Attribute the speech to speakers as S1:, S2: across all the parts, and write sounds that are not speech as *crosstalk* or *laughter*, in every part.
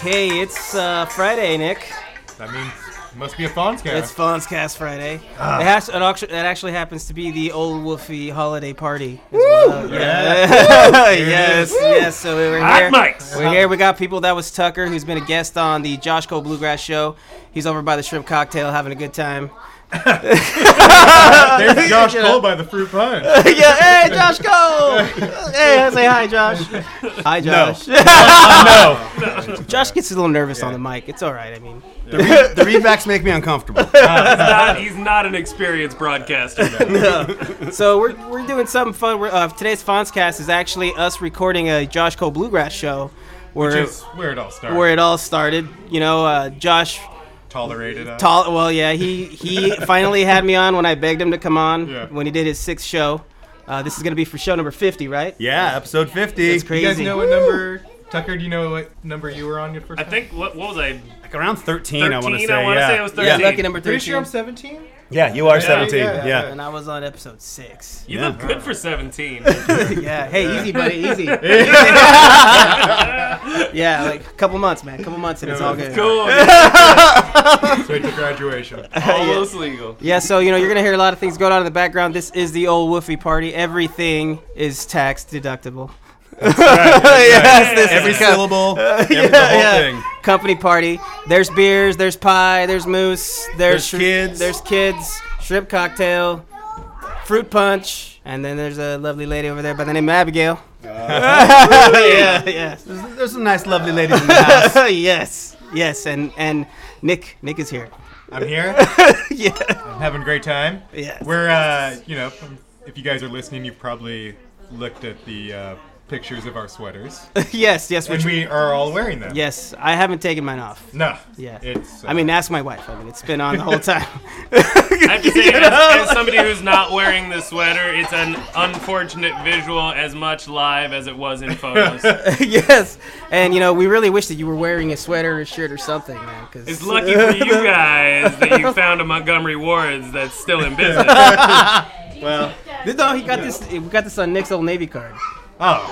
S1: Hey, it's uh, Friday, Nick.
S2: That means it must be a Fonz guy.
S1: It's Fawn's Cast Friday. It, has, it, actually, it actually happens to be the Old Wolfie holiday party. as well. Yeah. *laughs* yes, yes. So we were
S3: Hot
S1: here. *laughs*
S3: mics.
S1: We're here. We got people. That was Tucker, who's been a guest on the Josh Cole Bluegrass Show. He's over by the shrimp cocktail having a good time. *laughs*
S2: There's Josh Cole by the fruit pie.
S1: yeah, hey, Josh Cole! hey, say hi, Josh. Hi, Josh.
S2: *laughs*
S1: *laughs*
S2: no.
S1: Josh gets a little nervous on the mic. It's all right. I mean,
S4: The readbacks make me uncomfortable.
S2: *laughs*
S3: Not- he's not an experienced broadcaster.
S1: so we're, we're doing something fun. We're, uh, today's Fonzcast is actually us recording a Josh Cole Bluegrass show
S2: Which
S1: where,
S2: is where it all starts.
S1: where it all started. You know, uh, Josh
S2: tolerated uh. us.
S1: Tall. Well, yeah, he
S2: *laughs*
S1: he finally had me on when I begged him to come on
S2: Yeah.
S1: when he did his sixth show. Uh, this is gonna be for show number fifty, right?
S4: yeah, episode 50.
S1: It's
S2: you guys
S1: crazy.
S2: know what number Tucker? Do you know what number you were on your first?
S3: I
S2: time?
S3: think what, what was I?
S4: Like around 13, I want to
S3: 13?
S4: say.
S3: I wanna
S4: yeah.
S3: say it was
S4: Yeah.
S3: 13.
S1: Lucky number
S2: Pretty
S1: thirteen.
S2: sure I'm 17.
S4: Yeah, you are
S2: yeah,
S4: 17. Yeah.
S2: yeah.
S1: and I was on episode six.
S3: You
S4: Yeah.
S3: look good for 17.
S4: *laughs*
S1: yeah. Hey, easy, buddy, easy.
S2: *laughs*
S1: yeah, like a couple months, man. couple months, and it's all good.
S3: Cool. *laughs*
S2: Straight to graduation.
S3: Almost legal.
S1: Yeah, so you know you're gonna hear a lot of things going on in the background. This is the old woofy party. Everything is tax deductible. yes, this
S4: Every
S1: is co-
S4: syllable, every, the
S1: yeah,
S4: whole
S1: yeah.
S4: thing.
S1: company party. There's beers, there's pie, there's moose, there's,
S4: There's kids.
S1: there's kids, shrimp cocktail, fruit punch, and then there's a lovely lady over there by the name of Abigail. *laughs* yeah, yes,
S4: There's, there's some nice, lovely ladies in the
S1: *laughs*
S4: house.
S1: yes, yes, and and Nick, Nick is here.
S2: I'm here.
S1: yeah,
S2: I'm having a great time.
S1: yes.
S2: We're, uh, you know, from- if you guys are listening, you've probably looked at the uh, pictures of our sweaters,
S1: *laughs* yes, yes, which
S2: which we are all wearing them.
S1: yes. I haven't taken mine off.
S2: No.
S1: Yeah.
S2: It's. uh,
S1: I mean, ask my wife. I mean, it's been on the whole
S2: *laughs*
S1: time.
S3: I have to
S4: *laughs*
S3: say, as, as somebody who's not wearing the sweater, it's an unfortunate visual as much live as it was in
S4: *laughs*
S3: photos.
S1: *laughs* yes, and you know, we really wish that you were wearing a sweater or a shirt or something, man. Because
S3: It's lucky for you guys that you found a Montgomery Ward's that's still in business.
S4: *laughs*
S2: Well.
S1: no, he got this. We got this on Nick's old Navy card.
S2: Oh.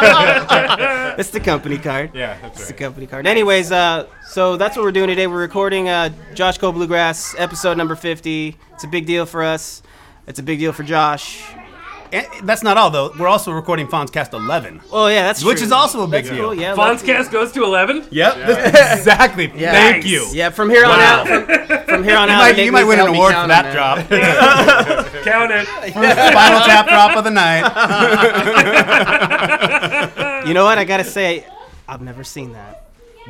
S1: It's the company card.
S2: Yeah.
S1: It's the
S2: That's right.
S1: company card. Anyways, uh, so that's what we're doing today. We're recording uh, Josh Cole Bluegrass episode number fifty. It's a big deal for us. It's a big deal for Josh.
S4: And that's not all, though. We're also recording Fonzcast 11,
S1: Oh yeah, that's
S4: which
S1: true.
S4: is also a big
S1: that's
S4: deal.
S1: cool. Yeah, lucky-
S3: Fonzcast goes to 11?
S4: Yep, exactly.
S1: Yeah.
S4: Thank
S3: Nice.
S4: you.
S1: Yeah, from here on out. From, from here on
S4: *laughs* You
S1: out,
S4: might,
S1: Nick
S4: you might
S1: needs
S4: win
S1: to
S4: an
S1: help me
S4: award for
S1: count
S4: that
S1: on
S4: drop.
S3: Count it.
S4: Final tap drop of the night.
S1: You know what? I gotta say, I've never seen that.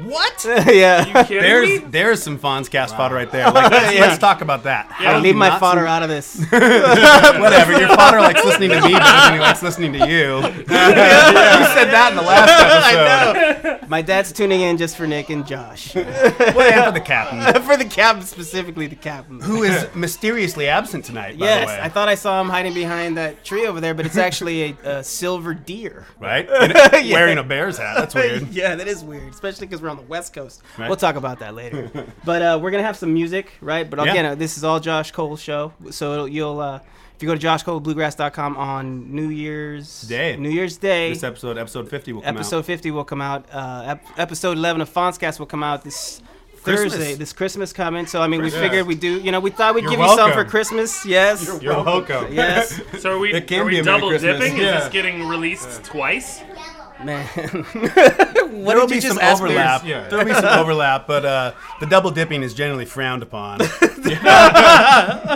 S4: What?
S1: *laughs* yeah.
S3: Kidding
S4: There's
S3: me?
S4: there's some Fonzcast fodder right there. Like, let's, let's talk about that.
S3: Yeah.
S4: How
S1: Leave
S4: do
S1: my
S4: not
S1: fodder out of
S4: *laughs*
S1: this.
S4: Whatever. Your father likes listening to me better than he likes listening to *laughs* you. you said that in the last episode.
S1: My dad's tuning in just for Nick and Josh.
S4: Way after the captain,
S1: *laughs* for the captain, specifically the captain.
S4: who is mysteriously absent tonight. By
S1: Yes,
S4: the way.
S1: I thought I saw him hiding behind that tree over there, but it's actually a, a silver deer.
S4: right? And
S1: Yeah.
S4: Wearing a bear's hat. That's weird.
S1: *laughs* yeah, that is weird, especially because we're on the West Coast.
S4: Right.
S1: We'll talk about that later. but uh, we're gonna have some music, right? But
S4: Yeah.
S1: again, uh, this is all Josh Cole's show, so it'll, you'll uh, if you go to joshcolebluegrass.com on New Year's
S4: Day.
S1: New Year's Day,
S4: This episode, episode 50, will come
S1: episode 50 will come out uh, ep- episode 11 of Fonzcast will come out this
S4: Christmas.
S1: Thursday this Christmas coming so I mean we
S2: Christmas.
S1: figured we do you know we thought we'd
S2: You're
S1: give you some for
S2: welcome.
S1: Christmas yes
S2: You're welcome.
S4: *laughs*
S1: yes
S3: So are we,
S4: It can
S3: are we
S4: be a Merry
S3: double
S4: Christmas.
S3: dipping?
S2: Yeah.
S3: Is this getting released twice?
S4: *laughs*
S1: man
S4: out. There will
S1: did
S4: be
S1: you just
S4: some
S1: ask me?
S4: overlap.
S2: There's- yeah.
S4: There will
S1: *laughs*
S4: be some overlap, but uh, the double dipping is generally
S1: *laughs*
S4: frowned upon. That's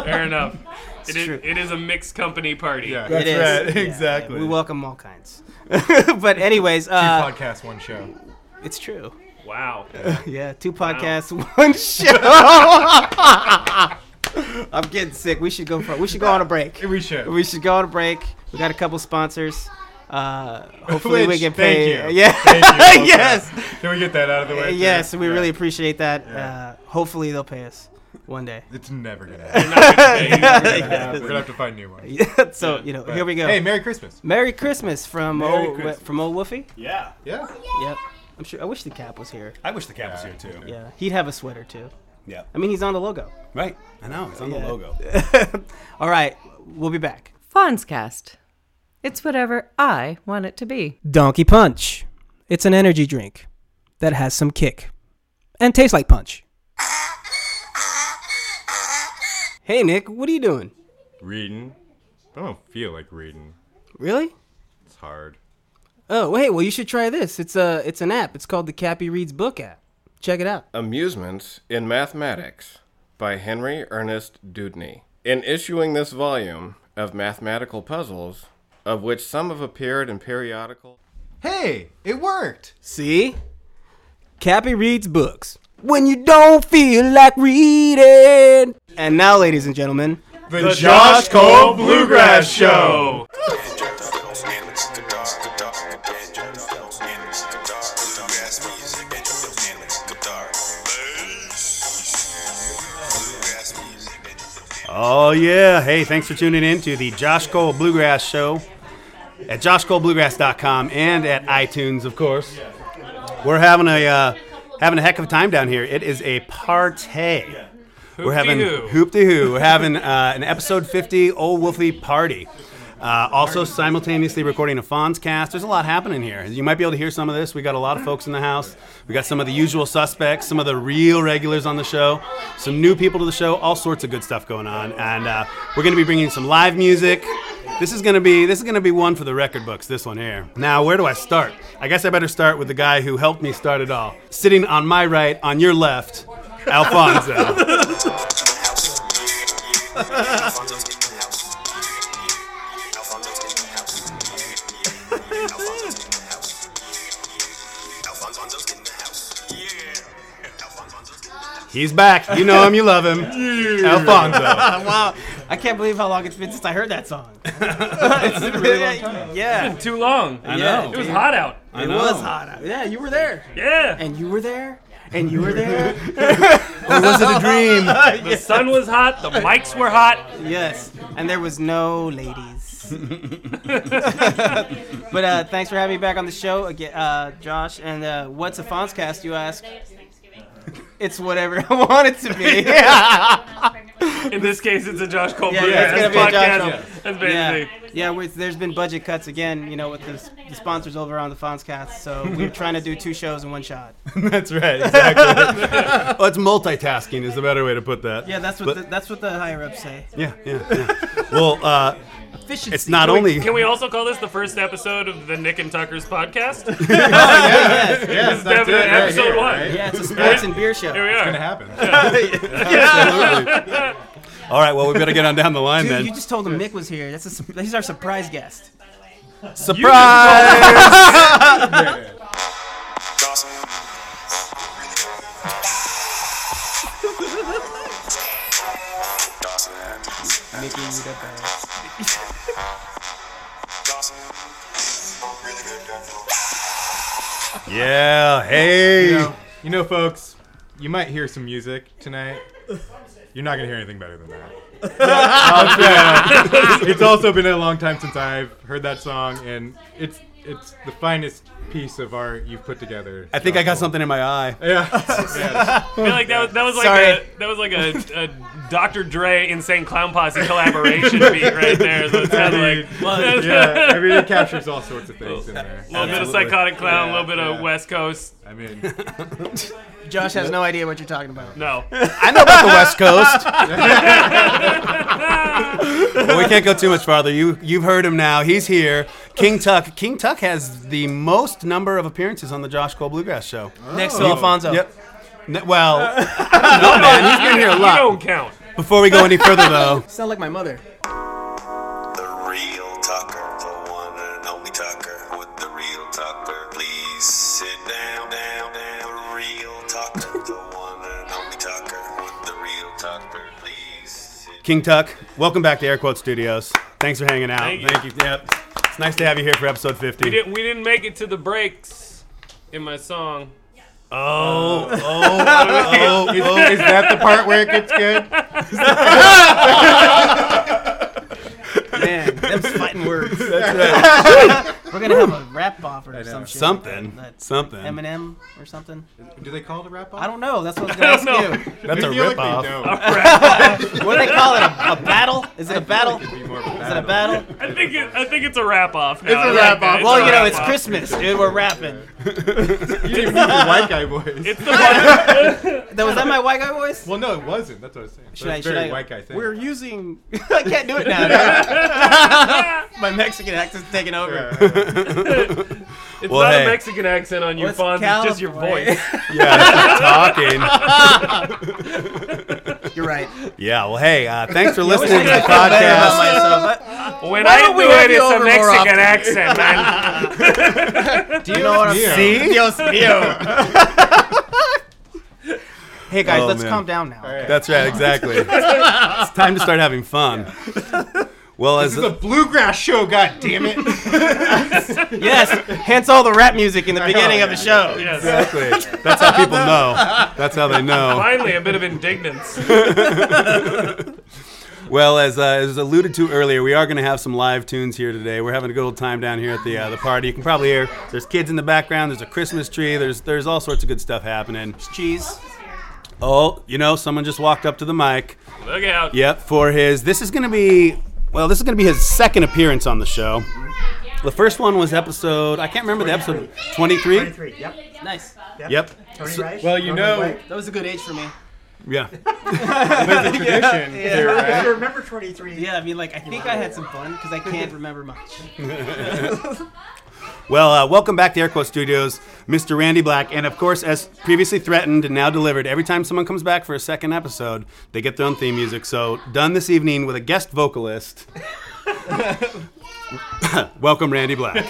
S3: Fair enough. It is,
S1: true.
S3: it is a mixed company party.
S2: Yeah.
S1: It is.
S4: right.
S1: Yeah,
S4: exactly.
S1: yeah, we welcome all kinds *laughs* but anyways uh,
S2: podcast one show.
S1: it's true *laughs*
S3: Wow.
S1: yeah two podcasts *laughs* one
S4: *laughs*
S1: show I'm getting sick we should go for we should go on a break
S2: We should.
S1: we should go on a break we got a couple sponsors uh, hopefully we
S2: Which,
S1: get
S2: thank
S1: paid
S2: you.
S1: yeah *laughs*
S2: Thank you. Okay.
S1: yes Uh,
S2: Can we get that out of the way? too?
S1: Yes, we
S2: Yeah.
S1: really appreciate that.
S2: Yeah.
S1: Uh, hopefully they'll pay us one day. *laughs*
S2: It's never gonna happen.
S3: Not gonna be.
S2: We're gonna have to find new ones.
S1: so you know, here we go.
S2: Hey, Merry Christmas.
S1: Merry Christmas from
S2: Merry
S1: old
S2: Christmas.
S1: from old Woofy.
S4: yeah.
S2: Yeah.
S1: Yep. I'm sure. I wish the cap was here.
S4: I wish the cat was here too.
S1: Yeah, he'd have a sweater too.
S4: Yeah.
S1: I mean, he's on the logo.
S4: Right. I know. It's on
S1: Yeah.
S4: the logo.
S1: All right, we'll be back.
S5: Fonzcast. It's whatever I want it to be.
S1: Donkey Punch. It's an energy drink that has some kick and tastes like punch. Hey, Nick, what are you doing?
S2: Reading. I don't feel like reading.
S1: Really?
S2: It's hard.
S1: Oh, wait. Well, you should try this. It's a it's an app. It's called the Cappy Reads Book app. Check it out.
S5: Amusements in Mathematics by Henry Ernest Dudney. In issuing this volume of mathematical puzzles, of which some have appeared in periodical.
S4: Hey, it worked.
S1: See? Cappy reads books when you don't feel like reading. And now, ladies and gentlemen,
S2: The, Josh Cole Bluegrass Show.
S3: Oh.
S4: Oh yeah. Hey, thanks for tuning in to the Josh Cole Bluegrass Show at joshcolebluegrass.com and at iTunes, of course. We're having a uh, having a heck of a time down here. It is a party. We're having
S3: Hoop-de-hoo.
S4: hoop de hoo. We're having uh, an episode 50 Old Wolfie party. Uh, also, simultaneously recording a Fonz cast. There's a lot happening here. You might be able to hear some of this. We got a lot of folks in the house. We got some of the usual suspects, some of the real regulars on the show, some new people to the show. All sorts of good stuff going on, and uh, we're going to be bringing some live music. This is going to be this is going to be one for the record books. This one here. Now, where do I start? I guess I better start with the guy who helped me start it all. Sitting on my right, on your left, Alfonso. He's back. You know him. You love him.
S1: *laughs*
S4: Alfonso.
S1: wow, I can't believe how long it's been since I heard that song. *laughs* it's been a really long time. *laughs* Yeah,
S3: Too long. I
S1: know.
S3: It was hot out.
S1: it was hot. out. Yeah, you were there,
S3: Yeah.
S1: and you were there, and you were there.
S4: Or was it a dream?
S3: The sun was hot. The mics were hot.
S1: yes, and there was no *laughs* ladies. but uh, thanks for having me back on the show again, uh, Josh. And uh, what's a Fonz cast, you ask? It's whatever *laughs* I want it to be.
S3: In this case, it's a Josh Cole
S1: Yeah, yeah,
S3: Bluegrass
S1: it's gonna be a Josh
S3: podcast.
S1: Cole.
S3: That's
S1: Yeah,
S3: basically.
S1: yeah. With, there's been budget cuts again, you know, with the, s- the sponsors over on the Fonzcast. So we were trying to do two shows in one shot.
S4: That's right. *laughs* Exactly. well, it's multitasking is the better way to put that.
S1: Yeah, that's what
S4: But-
S1: the, that's what the higher ups say.
S4: Yeah, yeah, yeah. well, uh,
S1: Efficiency.
S4: it's not only.
S3: Can we also call this the first episode of the Nick and
S1: *laughs*
S3: Tucker's podcast?
S1: Oh, yes.
S2: Yes, that's
S3: definitely
S2: it. right
S3: episode
S2: here,
S3: one.
S2: right?
S1: Yeah, it's a sports and beer
S4: *laughs*
S1: show.
S3: Here we
S2: It's
S3: are.
S2: gonna happen.
S4: Absolutely. All right. Well, we better get on down the line
S1: Dude,
S4: then.
S1: you just told him Mick was here. That's a, su- he's our surprise guest.
S4: Surprise! yeah. Hey.
S2: You know, you know, folks, you might hear some music tonight. You're not gonna hear anything better than that. I'll say it. it's also been a long time since I've heard that song, and it's it's the finest piece of art you've put together.
S4: I think I got something in my eye.
S2: Yeah. yeah.
S3: I feel like that was, that was like
S1: Sorry.
S3: a that was like a, a Dr. Dre Insane Clown Posse collaboration beat right there. So it's kind
S1: *laughs*
S3: of like *laughs*
S2: Well, *laughs* yeah. I mean, it captures all sorts of things in there.
S3: a little bit of psychotic clown, a little bit of
S2: yeah.
S3: West Coast.
S2: I mean,
S1: Josh has no idea what you're talking about. *laughs*
S3: No,
S4: I know about the *laughs* West Coast. Well, we can't go too much farther. You you've heard him now. He's here. King Tuck. King Tuck has the most number of appearances on the Josh Cole Bluegrass Show.
S1: Next to Alfonso.
S4: Yep. N- well, *laughs* no man, he's been here a
S3: you
S4: lot.
S3: don't count.
S4: Before we go any further though,
S1: Sound like my mother.
S6: The real Tucker, the one and only Tucker with the real Tucker. Please sit down, down, down. The real Tucker, the one and only Tucker with the real Tucker. Please sit
S4: King Tuck, welcome back to Air Quote Studios. Thanks for hanging out.
S3: Thank you.
S4: Yep. It's nice to have you here for episode 50.
S3: We didn't, we didn't make it to the breaks in my song.
S4: Oh, oh, oh, oh.
S2: is that the part where it gets good?
S1: Man, them's fighting words. We're gonna have a rap off or some shit. like
S4: Something.
S1: that. That's
S4: Something.
S1: Eminem or something.
S2: Do they call it a rap off?
S1: I don't know. That's what I was gonna ask you.
S3: don't
S4: That's a
S2: I feel like
S4: rip
S2: they
S4: off.
S2: *laughs* know.
S1: What do they call it? A, a battle? Is it a battle?
S2: It'd
S1: Is
S2: be more of a
S1: it a battle?
S3: *laughs* I think it, I think it's a wrap off now. It's
S2: a wrap off.
S1: Well, you know, it's
S3: Christmas.
S1: Christmas, dude. We're rapping.
S2: You didn't even use your white guy voice.
S3: *laughs* It's the
S1: *laughs*
S3: one.
S1: That was that my white guy voice?
S2: well, no, it wasn't. That's what I was saying.
S1: Should
S2: That's
S1: I-
S2: very
S1: should I-
S2: white guy thing.
S1: We're using. *laughs* I can't do it now. dude. my Mexican accent's taking over.
S2: Yeah, yeah, yeah.
S3: It's
S4: Well,
S3: not
S4: hey.
S3: a Mexican accent on you,
S1: What's
S3: Fonz. It's just your
S1: California?
S3: voice.
S4: Yeah, it's talking.
S1: *laughs* You're right.
S4: Yeah, well, hey, uh, thanks for listening to the
S1: I feel better about
S4: podcast.
S1: myself.
S3: When
S1: Why
S3: I
S1: don't we
S3: do
S1: have
S3: it,
S1: you
S3: it's a
S1: over more often?
S3: Mexican accent, man.
S1: *laughs* Do you know what I'm
S2: Yeah.
S4: See?
S1: Dios mío. hey guys,
S4: Oh,
S1: let's
S4: man.
S1: calm down now.
S2: All right.
S4: That's right, exactly. it's time to start having fun. Well, as
S2: This is a bluegrass show, god damn it.
S1: Yes, hence all the rap music in the beginning of the show.
S3: Yes.
S4: exactly, that's how people know. That's how they know.
S3: Finally, a bit
S1: *laughs*
S3: of indignance.
S4: Well, as uh, as alluded to earlier, we are going to have some live tunes here today. We're having a good old time down here at the uh, the party. You can probably hear there's kids in the background. There's a Christmas tree. There's there's all sorts of good stuff happening.
S1: Cheese.
S4: Oh, you know, someone just walked up to the mic.
S3: Look out.
S4: Yep, for his. This is going to be. Well, this is going to be his second appearance on the show. The first one was episode. I can't remember the episode. 23?
S7: Three. Yep.
S1: Nice.
S4: Yep.
S7: Tony
S2: *laughs*
S7: Rice.
S2: well, you
S7: Norman
S2: know-
S7: Blake.
S1: That was a good age for me.
S4: Yeah.
S2: There's a tradition here,
S7: If
S2: right?
S7: you remember 23.
S1: Yeah, I mean, like, I think I had some fun because I can't remember much.
S4: Well, uh, welcome back to Air Quote Studios, Mr. Randy Black. And of course, as previously threatened and now delivered, every time someone comes back for a second episode, they get their own theme music. So, done this evening with a guest vocalist. *laughs* welcome, Randy Black.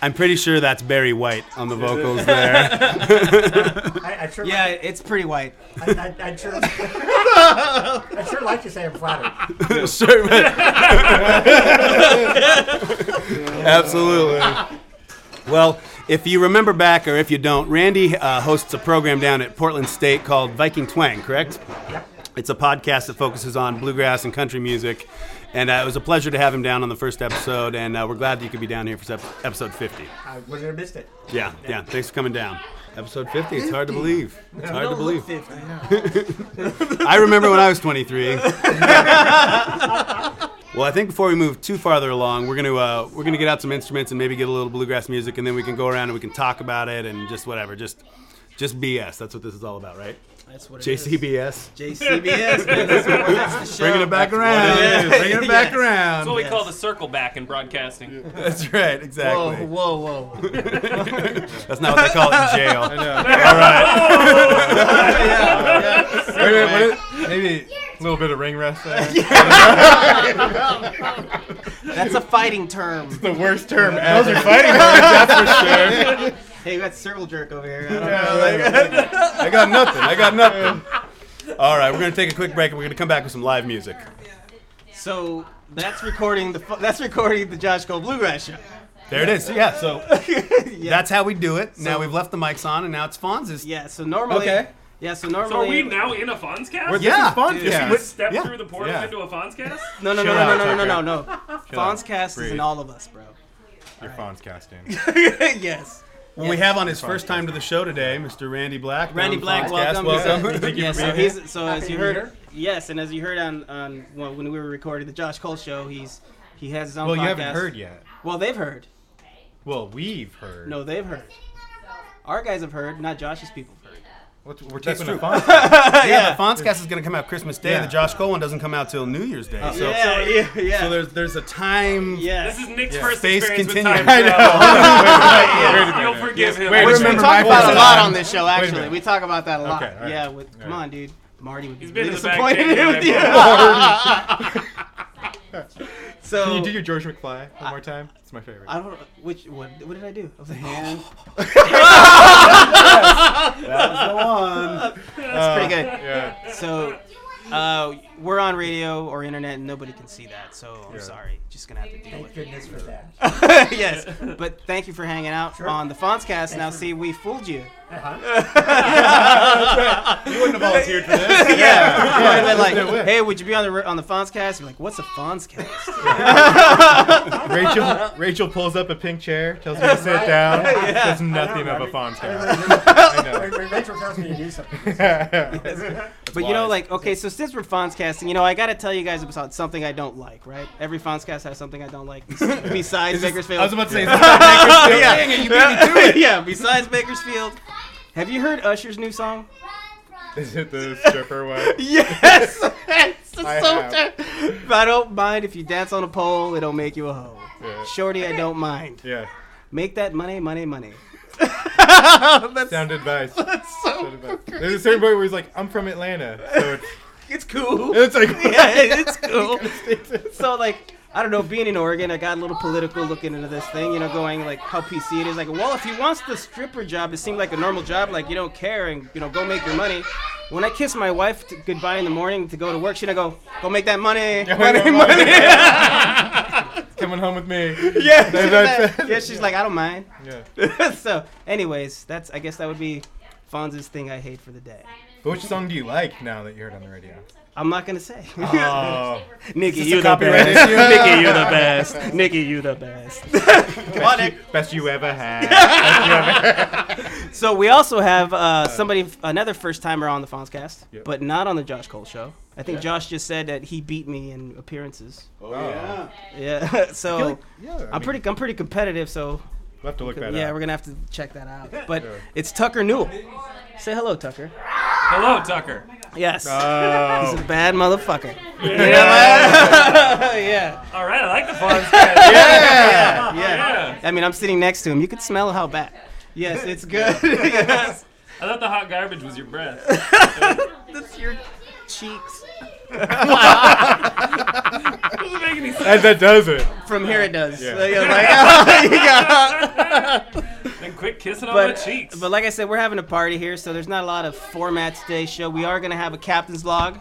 S4: I'm pretty sure that's Barry White on the vocals there.
S7: I, I'd sure
S1: Yeah,
S7: like,
S1: it's pretty white.
S7: I, I,
S1: *laughs*
S7: I'd, sure, I'd sure like to say I'm flattered.
S4: Sure, but- *laughs* Absolutely. Well, if you remember back, or if you don't, Randy uh, hosts a program down at Portland State called Viking Twang, correct?
S7: Yep.
S4: It's a podcast that focuses on bluegrass and country music. And uh, it was a pleasure to have him down on the first episode, and uh, we're glad that you could be down here for sep- episode 50.
S7: I wouldn't have missed it.
S4: Yeah, yeah, thanks for coming down. Episode 50, it's hard to believe. It's hard to believe. *laughs* I remember when I was *laughs* 23. well, I think before we move too farther along, we're gonna uh, we're gonna get out some instruments and maybe get a little bluegrass music, and then we can go around and we can talk about it and just whatever, just just BS. That's what this is all about, right?
S1: That's what it is.
S4: JCBS.
S1: JCBS, man. That's, what, that's the show.
S4: Bringing it back around.
S1: it is.
S4: Bringing it
S1: *laughs*
S4: back
S1: Yes.
S4: around.
S3: That's what we call the circle back in broadcasting.
S4: That's right,
S1: Whoa,
S4: exactly.
S1: whoa, whoa.
S4: That's not what they call it in jail. *laughs*
S2: Wait, wait, what is- maybe a little bit of ring rust there.
S1: That's a fighting term.
S2: the worst term ever. Those are
S4: fighting
S1: Hey, we got circle jerk over here. I don't know.
S4: I got nothing. I got nothing. All right, we're gonna take a quick break and we're gonna come back with some live music.
S1: So that's recording the fu- that's recording the Josh Cole Bluegrass show.
S4: There it is. Yeah. *laughs* So
S1: yeah.
S4: that's how we do it. now
S1: So-
S4: we've left the mics on, and now it's Fonz's.
S1: yeah. So normally.
S2: Okay.
S1: Yeah. So
S3: So are
S1: normally.
S3: we now in a Fonz cast?
S4: Yeah.
S2: fun.
S1: Dude,
S2: Yeah.
S3: We step
S4: Yeah.
S3: through the portal
S2: Yeah.
S3: into a Fonz cast?
S1: No, no, no,
S2: Chill
S1: no,
S2: out,
S1: no, no, no, no,
S2: Tucker.
S1: no. Fonz cast is in
S2: Breathe.
S1: all of us, bro.
S2: Your phone's casting.
S1: *laughs* yes.
S4: Well, we have on his first time to the show today, Mr. Randy Black.
S1: Randy
S4: down the
S1: Black,
S4: Fonzcast.
S1: welcome. He's
S4: welcome.
S1: a- yes, so, *laughs* he's, so as
S7: Happy
S1: you
S7: New
S1: heard,
S7: Year.
S1: yes, and as you heard on, on well, when we were recording the Josh Cole show, he's he has his own.
S2: Well, you
S1: podcast.
S2: haven't heard yet.
S1: Well, they've heard.
S2: Well, we've heard.
S1: No, they've heard. Our guys have heard, not Josh's people have heard.
S2: What's- we're taping a font.
S4: yeah, the Fonzcast is going to come out Christmas Day.
S2: Yeah.
S4: The Josh Cole one doesn't come out till New Year's Day. so,
S1: yeah, yeah, yeah.
S4: so there's there's a time.
S1: yes.
S3: This is Nick's first
S4: Space
S3: experience
S4: continuum.
S3: with time travel.
S2: Wait a
S3: Yes,
S2: minute.
S3: *laughs* You'll forgive him.
S2: Wait a
S1: Which
S2: minute.
S1: we
S2: Remember
S1: talk
S2: my
S1: about
S2: first
S1: a lot
S2: time.
S1: on this show.
S2: Wait a
S1: Actually,
S2: minute.
S1: we talk about that a lot.
S2: Okay, all right.
S1: Yeah, with, come
S2: right.
S1: on, dude. Marty would be
S3: been in the back
S1: disappointed with
S3: taking
S1: you.
S2: *laughs*
S1: so
S2: Can you do your George McFly one more time? It's my favorite.
S1: I don't. Which what? What did I do? I was like,
S2: *laughs*
S1: hand. *laughs*
S4: Go on.
S1: That's pretty good.
S2: yeah.
S1: So, uh, we're on radio or internet, and nobody can see that. So I'm sorry, just gonna have to deal
S7: Thank
S1: with it.
S7: goodness for that.
S1: *laughs* yes, but thank you for hanging out
S7: Sure.
S1: on the Fonzcast. Now,
S7: for-
S1: see, we fooled
S2: *laughs*
S1: you.
S7: Uh-huh.
S2: wouldn't have volunteered for this.
S1: Yeah, we might have been
S2: no way.
S1: like, hey, would you be on the on the Fonzcast? You're like, what's a Fonzcast?
S2: Rachel Rachel pulls up a pink chair, tells me to sit down, says nothing
S7: I
S2: of
S7: know,
S2: a font
S7: When- *laughs* when Rachel tells me to do something.
S1: But you know, like, okay, so since we're Fonzcasting, you know, I gotta tell you guys about something I don't like, right? Every Fonzcast has something I don't like
S2: *laughs*
S1: bes- besides Bakersfield.
S2: I was about to say, is this about Bakersfield? Dang it, you beat me
S1: *laughs*
S2: to
S1: yeah, besides Bakersfield. Have you heard Usher's new
S2: *laughs*
S1: song?
S2: it. Is it the stripper *laughs* one?
S1: Yes! It's so
S2: I have.
S1: ter- I don't mind if you dance on a pole, it'll make you a hoe.
S2: Yeah.
S1: Shorty, I don't mind.
S2: Yeah.
S1: Make that money, money, money.
S2: Sound *laughs* advice. Sound advice. There's a certain point where he's like, I'm from Atlanta. So it's,
S1: *laughs* It's cool.
S2: *laughs* it's *laughs* like,
S1: *laughs* yeah, it's *laughs* cool. so like, I don't know, being in Oregon, I got a little political looking into this thing, you know, going like how PC it is. Like, well, if he wants the stripper job, it seemed like a normal job, like you don't care and you know go make your money. When I kiss my wife t- goodbye in the morning to go to work, she gonna go go make that *laughs* money, money, money.
S2: *laughs* Coming home with me.
S1: Yeah, she's
S2: that's-
S1: like- yeah, she's like, I don't mind.
S2: Yeah.
S1: *laughs* so, anyways, that's I guess that would be Fonz's thing I hate for the day.
S2: But which song do you like now that you heard on the radio?
S1: I'm not gonna say. *laughs*
S2: Oh.
S1: Nikki, you the
S4: copyrighted?
S1: best. *laughs* Nikki, you the best. *laughs* Nikki, you the best. Come on, Nick.
S2: Best you ever had.
S1: So we also have uh, somebody, another first timer on the Fonzcast, but not on the Josh Cole show. I think Josh just said that he beat me in appearances.
S4: Oh, yeah.
S1: Yeah, *laughs* so
S2: yeah, I
S1: I'm pretty, I'm pretty competitive. So
S2: We'll have to look that
S1: yeah,
S2: up.
S1: we're gonna have to check that
S2: *laughs*
S1: out. But it's Tucker Newell. Say hello, Tucker.
S3: Hello, Tucker.
S1: Yes, he's a
S2: Oh.
S1: bad motherfucker. yeah,
S3: All right, I like the fun. yeah.
S1: yeah,
S3: yeah.
S1: I mean, I'm sitting next to him. You could smell how bad. Yes, it's good. yes,
S3: I thought the hot garbage was your breath.
S1: that's your
S3: *laughs*
S1: cheeks.
S3: doesn't make any sense.
S2: And that does it.
S1: From here, it does.
S2: Yeah.
S1: Like, like,
S3: Then quit kissing on my
S1: but,
S3: cheeks.
S1: but like I said, we're having a party here, so there's not a lot of format today's show. We are gonna have a captain's log.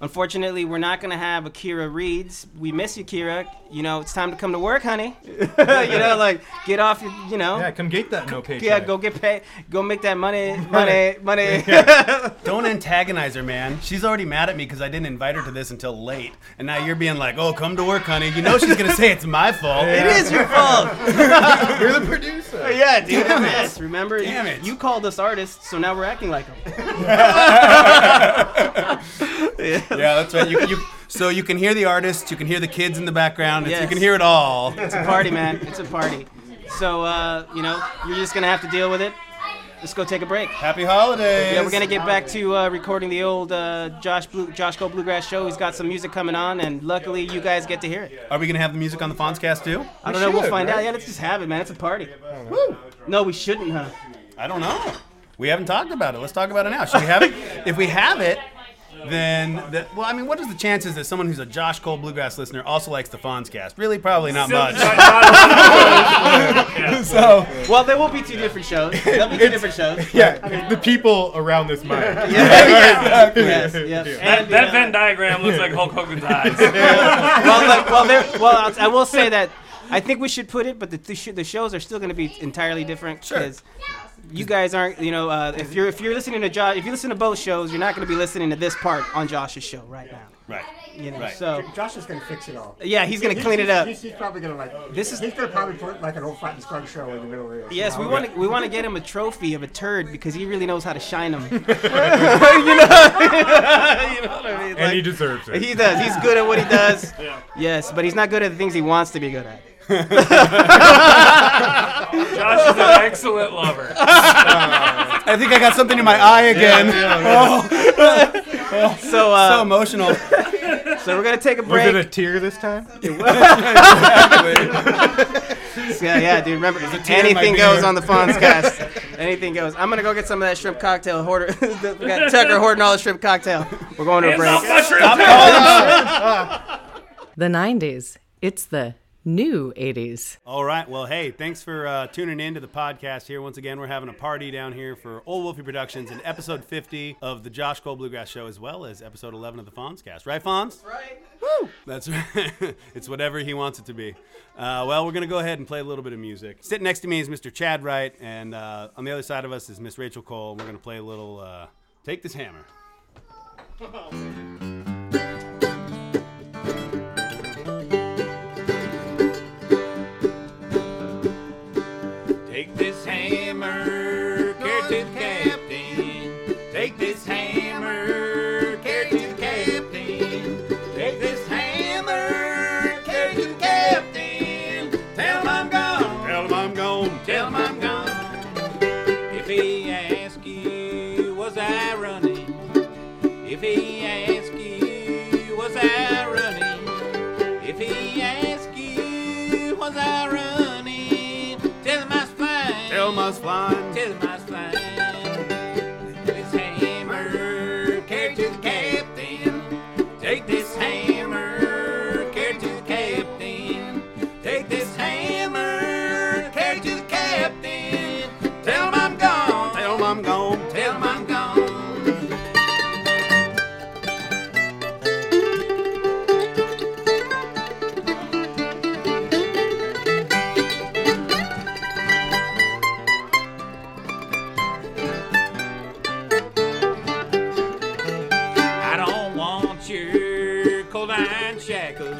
S1: Unfortunately, we're not gonna have Akira reads. We miss you, Akira. You know, it's time to come to work, honey. you know, like get off your, you know,
S2: Yeah,
S1: yeah,
S2: come get that no paycheck.
S1: go get paid, go make that money, money, money.
S2: *laughs*
S1: *laughs*
S4: Don't antagonize her, man. She's already mad at me because I didn't invite her to this until late. And now you're being like, oh, come to work, honey. You know she's going to say it's my fault.
S1: it is your fault.
S2: You're the producer.
S1: *laughs* Yeah, dude. Yes, remember? You-
S4: Damn it.
S1: You, called us artists, so now we're acting like them.
S4: Yeah, that's right. You, you, so you can hear the artists, you can hear the kids in the background, it's, you
S1: Yes.
S4: can hear it all.
S1: It's a party, man. It's a party. So, uh, you know, you're just gonna have to deal with it. Let's go take a break.
S4: Happy holidays.
S1: Yeah, we're gonna get back to uh, recording the old uh, Josh Blue, Josh Go Bluegrass show. He's got some music coming on, and luckily you guys get to hear it.
S4: Are we going to have the music on the Fonzcast too?
S1: I don't know. We'll
S2: should,
S1: find out.
S2: right?
S1: Yeah, let's just have it, man. It's a party. No, we shouldn't, huh?
S4: I don't know. We haven't talked about it. Let's talk about it now. Should we have it? if we have it, then the, well, I mean, what is the chances that someone who's a Josh Cole bluegrass listener also likes the Fonzcast? Really, probably not
S3: Still
S4: much.
S3: not- not-
S4: So
S1: Well, there won't be two different shows. There'll be two different shows.
S2: *laughs* Yeah, the people around this *laughs* mic.
S1: Yes, yes.
S3: that,
S1: And,
S3: that
S1: uh,
S3: Venn diagram looks like Hulk Hogan's eyes.
S1: well, like, well, there, well, I'll- I will say that I think we should put it, but the the, sh- the shows are still going to be entirely different.
S4: Sure.
S1: 'cause You guys aren't, you know, uh, if you're if you're listening to Josh, if you listen to both shows, you're not going to be listening to this part on Josh's show right now.
S4: right,
S1: You know,
S4: Right.
S1: so
S7: Josh is going to fix it all.
S1: yeah, he's going to
S7: He's-
S1: clean it
S7: he's-
S1: up.
S7: He's, he's probably going to like.
S1: This is-
S7: He's going to probably put like an old fight and skunk show in the middle of it.
S1: Yes, we want to we want to get him a trophy of a turd because he really knows how to shine them. you know, you know what I mean?
S2: And he
S1: Like,
S2: deserves it.
S1: *laughs* he does. He's good at what he *laughs* does.
S3: Yeah.
S1: Yes, but he's not good at the things he wants to be good *laughs* at.
S3: Josh is an excellent lover.
S4: I think I got something in my eye again.
S1: So, uh,
S4: So emotional.
S1: So we're gonna take a
S2: Was
S1: break.
S2: it a tear this time?
S1: yeah, yeah, dude. Remember,
S4: tear in my
S1: anything
S4: beer.
S1: goes on the Fonzcast. anything goes. I'm gonna go get some of that shrimp cocktail. *laughs* Hoarder, we got Tucker hoarding all the shrimp cocktail. We're going to a break.
S3: It's not mushroom.
S8: The 90s. It's the
S9: new 80s.
S4: *laughs* All right. Well, hey, thanks for uh, tuning in to the podcast here. Once again, we're having a party down here for Old Wolfie Productions and episode 50 of the Josh Cole Bluegrass Show, as well as episode 11 of the Fonz Cast. Right, Fonz?
S10: Right.
S4: Woo! That's right. *laughs* it's whatever he wants it to be. Uh, well, we're going to go ahead and play a little bit of music. Sitting next to me is Mr. Chad Wright, and uh, on the other side of us is Miss Rachel Cole. We're going to play a little uh, Take This Hammer.
S5: Take this hammer, care to the captain. Take this hammer, care to the captain. Take this hammer, care to the captain. Tell him I'm gone. Tell him I'm gone. Tell him I'm gone. If he asks you, was I running? If he asks you, was I running? If he asks you, was I running? Tell him I was flying.
S4: Tell must fly.
S5: Tell him I was flying. This hammer, carry to the captain. Take this hammer, carry to the captain. Take this hammer, carry to the captain. Tell him I'm gone.
S4: Tell him I'm gone.
S5: Tell him I'm gone. I don't want your cold iron shackles.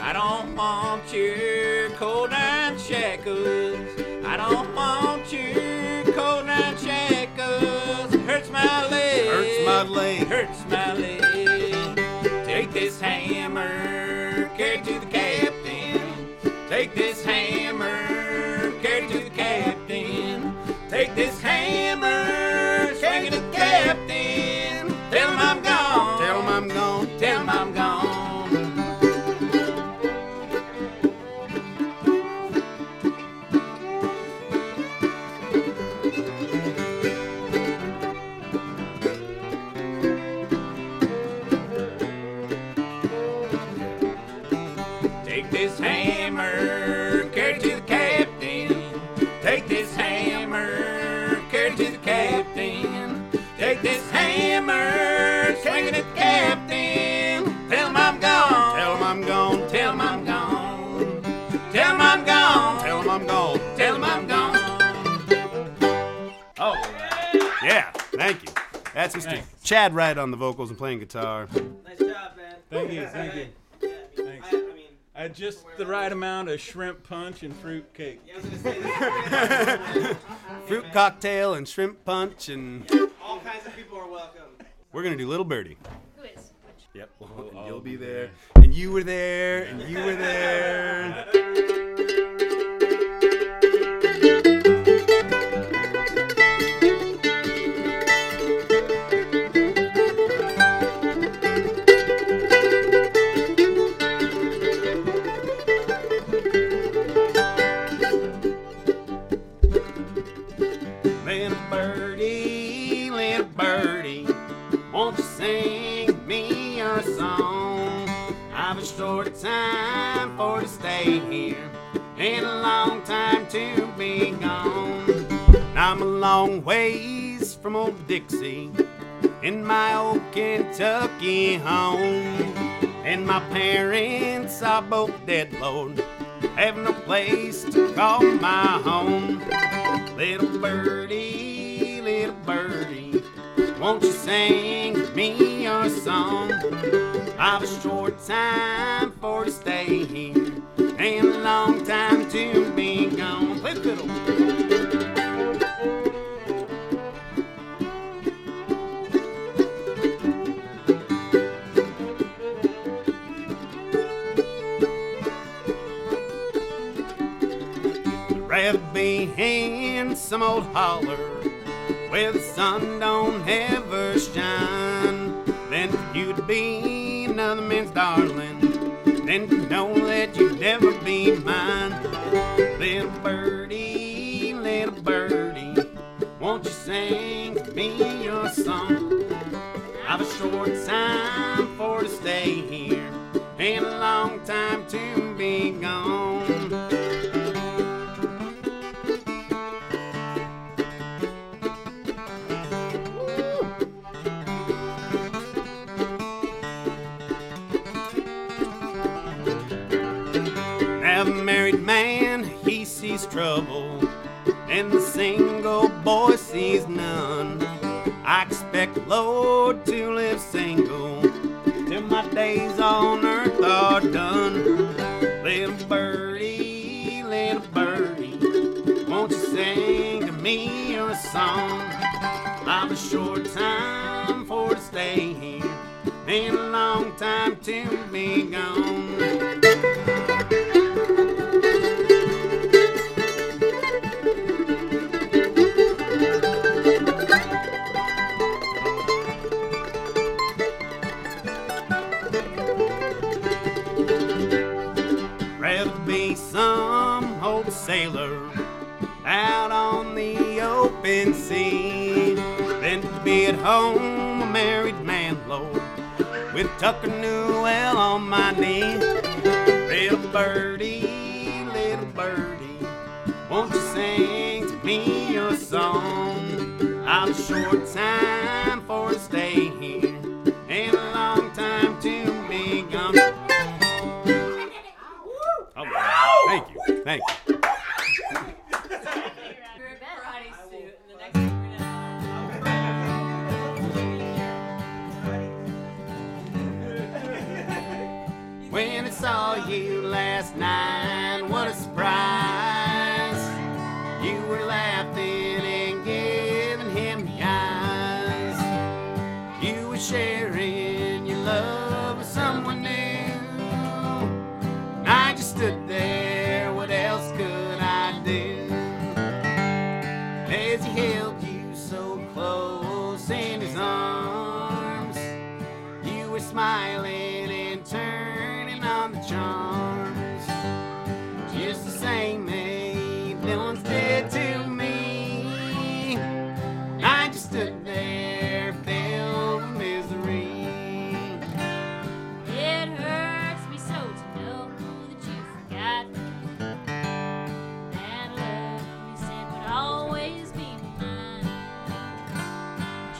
S5: I don't want your cold iron shackles. I don't want your cold iron shackles. Hurts my leg.
S4: Hurts my leg.
S5: Hurts my leg. Take this hammer, carry it to the captain. Take this hammer, carry it to the captain. Take this hammer, swing it to the captain. Tell him I'm gone.
S4: Tell him I'm gone.
S5: Tell him I'm gone. Take this hammer, carry it to the captain. Take this hammer, carry it to the captain. Take this hammer, swing it at the captain. Tell him I'm gone.
S4: Tell him I'm gone.
S5: Tell him I'm gone. Tell him I'm gone.
S4: Tell him I'm gone.
S5: Tell him I'm gone.
S4: Oh, yeah. Thank you. That's Mr. Chad Wright on the vocals and playing guitar.
S10: Nice job, man.
S2: Thank you, thank you.
S10: Yeah, I mean,
S2: Thanks.
S10: I, I mean,
S2: I had just the right amount of shrimp punch and fruit cake.
S10: yeah, I was gonna say this.
S4: *laughs* Fruit cocktail and shrimp punch, and
S10: All kinds of people are welcome.
S4: we're gonna do Little Birdie.
S11: Who is? Which?
S4: Yep. and you'll be there, and you were there, and you were
S10: *laughs*
S4: there. Little birdie, little birdie, won't you sing me a song? I've a short time for to stay here, and a long time to be gone. And I'm a long ways from old Dixie, in my old Kentucky home. And my parents are both dead, Lord, have no place to call my home. Little birdie, little birdie, won't you sing me a song? I've a short time for to stay here, and a long time to be gone. Play the fiddle. Rather be in some old holler where the sun don't ever shine than for you to be another man's darling, than to know that you'd never be mine. Little birdie, little birdie, won't you sing to me your song? I've a short time for to stay here and a long time to be be gone. Now the married man, he sees trouble, and the single boy sees none. I expect, Lord, to live single till my days on earth are done. Little birdie, little birdie, won't you sing to me a song? I've a short time for to stay here, and a long time to be gone. Rather be some old sailor out on the open sea than to be at home a married man, Lord, with Tucker Newell on my knee. Little birdie, little birdie, won't you sing to me a song? I've a short time for to stay here and a long time to be gone. All right. Thank you. Thank you. When I saw you last night, what a surprise! You were laughing and giving him the eyes. You were sharing your love with someone new. And I just stood there, what else could I do? As he held you so close in his arms, you were smiling and turning on the charms. Just the same they once did to me. I just stood there, filled with misery.
S8: It hurts me so to know that you forgot that love you said would always be mine.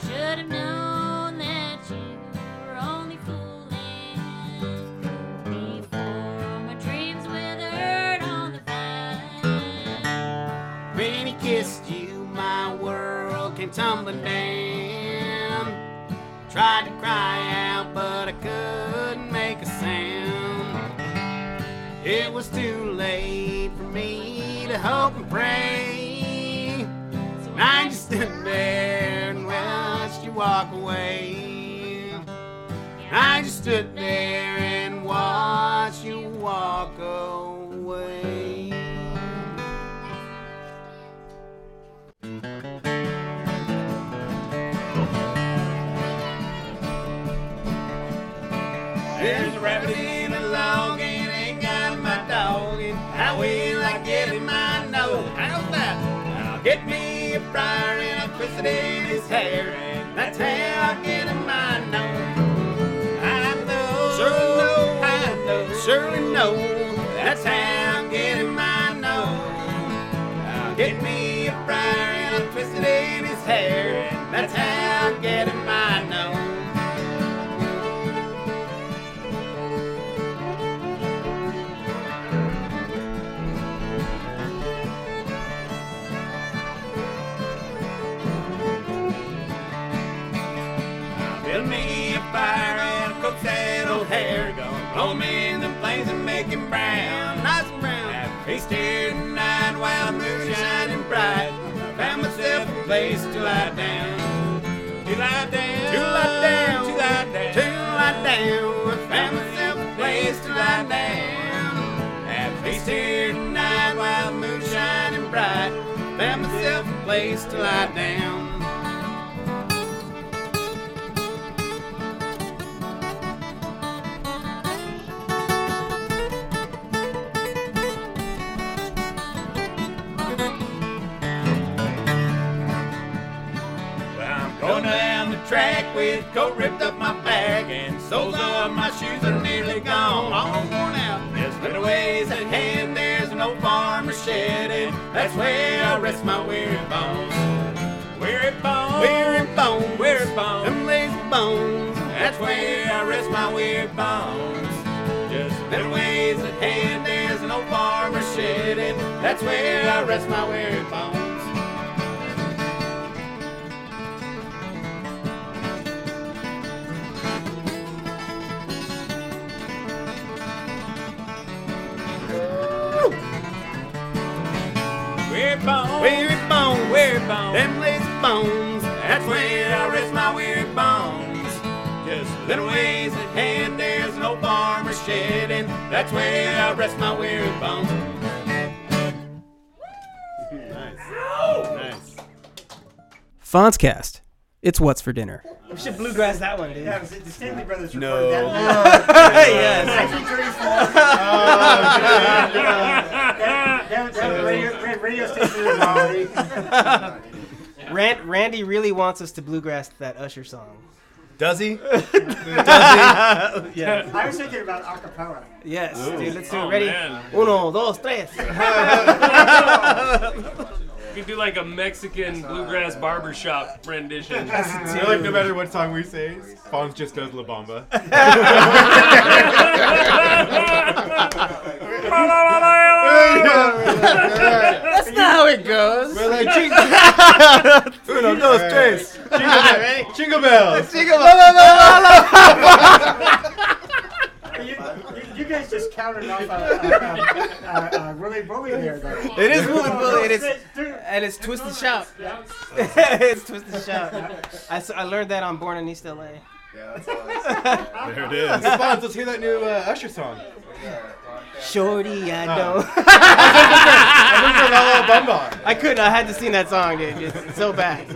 S8: Should have known that you were only fooling before my dreams withered on the vine.
S4: When he kissed you, my world came tumbling down. Tried to cry out, but I couldn't make a sound. It was too late for me to hope and pray. So I just stood there and watched you walk away. I just stood there and watched you walk away. There's a rabbit in a log and ain't got my dog. And how will I get him? I know. How's that? I'll get me a briar and I'll twist it in his hair. And that's how I get him. I know. I know. Surely know. I know. Surely know. That's how I get him. I know. I'll get me a briar and I'll twist it in his hair. And that's how I get him. I know. Build me a fire and cook that old hair. Gonna blow me in the flames and make it brown, nice and brown. Have feast here tonight while the moon's shining bright. I found myself a place to lie down, to lie down, to lie down, to lie down, to lie down. I found myself a place to lie down. Have feast here tonight while the moon's shining bright. I found myself a place to lie down. Going down the track with coat ripped up my back and soles of my shoes are nearly gone. All worn out. Just
S12: Little ways ahead, there's an old farmer shed, and that's where I rest my weary bones. Weary bones, weary bones, weary bones, them lazy bones. That's where I rest my weary bones. Just little ways ahead, there's an old farmer shed, and that's where I rest my weary bones. Weary bones, weary bones, weary bones, them lazy bones. That's where I rest my weary bones. Just a little ways ahead, there's an old farmer's shed, and that's where I rest my weary bones.
S4: Nice.
S1: Fonzcast. It's what's for dinner.
S7: We
S1: should bluegrass that one, dude.
S7: Yeah, it was the Stanley Brothers
S4: No.
S7: recorded that.
S1: yes.
S7: 1934. That- that- that radio- that radio station is already-
S1: Rand, Randy really wants us to bluegrass that Usher song.
S4: Does he?
S1: Yeah.
S7: I was thinking about acapella.
S1: Yes, dude. Let's do it.
S3: Oh,
S1: Ready?
S3: man.
S1: Uno, dos, tres.
S3: We could do like a Mexican bluegrass barbershop rendition. *laughs*
S2: I feel like no matter what song we say, Fonz just does La
S4: *laughs*
S2: Bamba.
S4: Oh,
S1: That's not how it goes.
S2: We're like, "Jing- *laughs*
S4: Uno, dos, tres.
S2: jingle *laughs* bells.
S7: You, you, you guys just counted off uh, uh, uh, uh, Willie Bully there, though.
S1: It is Willy Bully. It is,
S7: Dude,
S1: and it's Twisted Shout. *laughs* it's Twisted Shout. I, s- I learned that on Born in East LA.
S2: There it is. Hey, Fonz, let's hear that new uh, Usher song.
S1: Shorty, I know. *laughs*
S2: We're
S4: Oh,
S2: La Bamba.
S1: I couldn't. I had to sing that song, dude. It's so bad.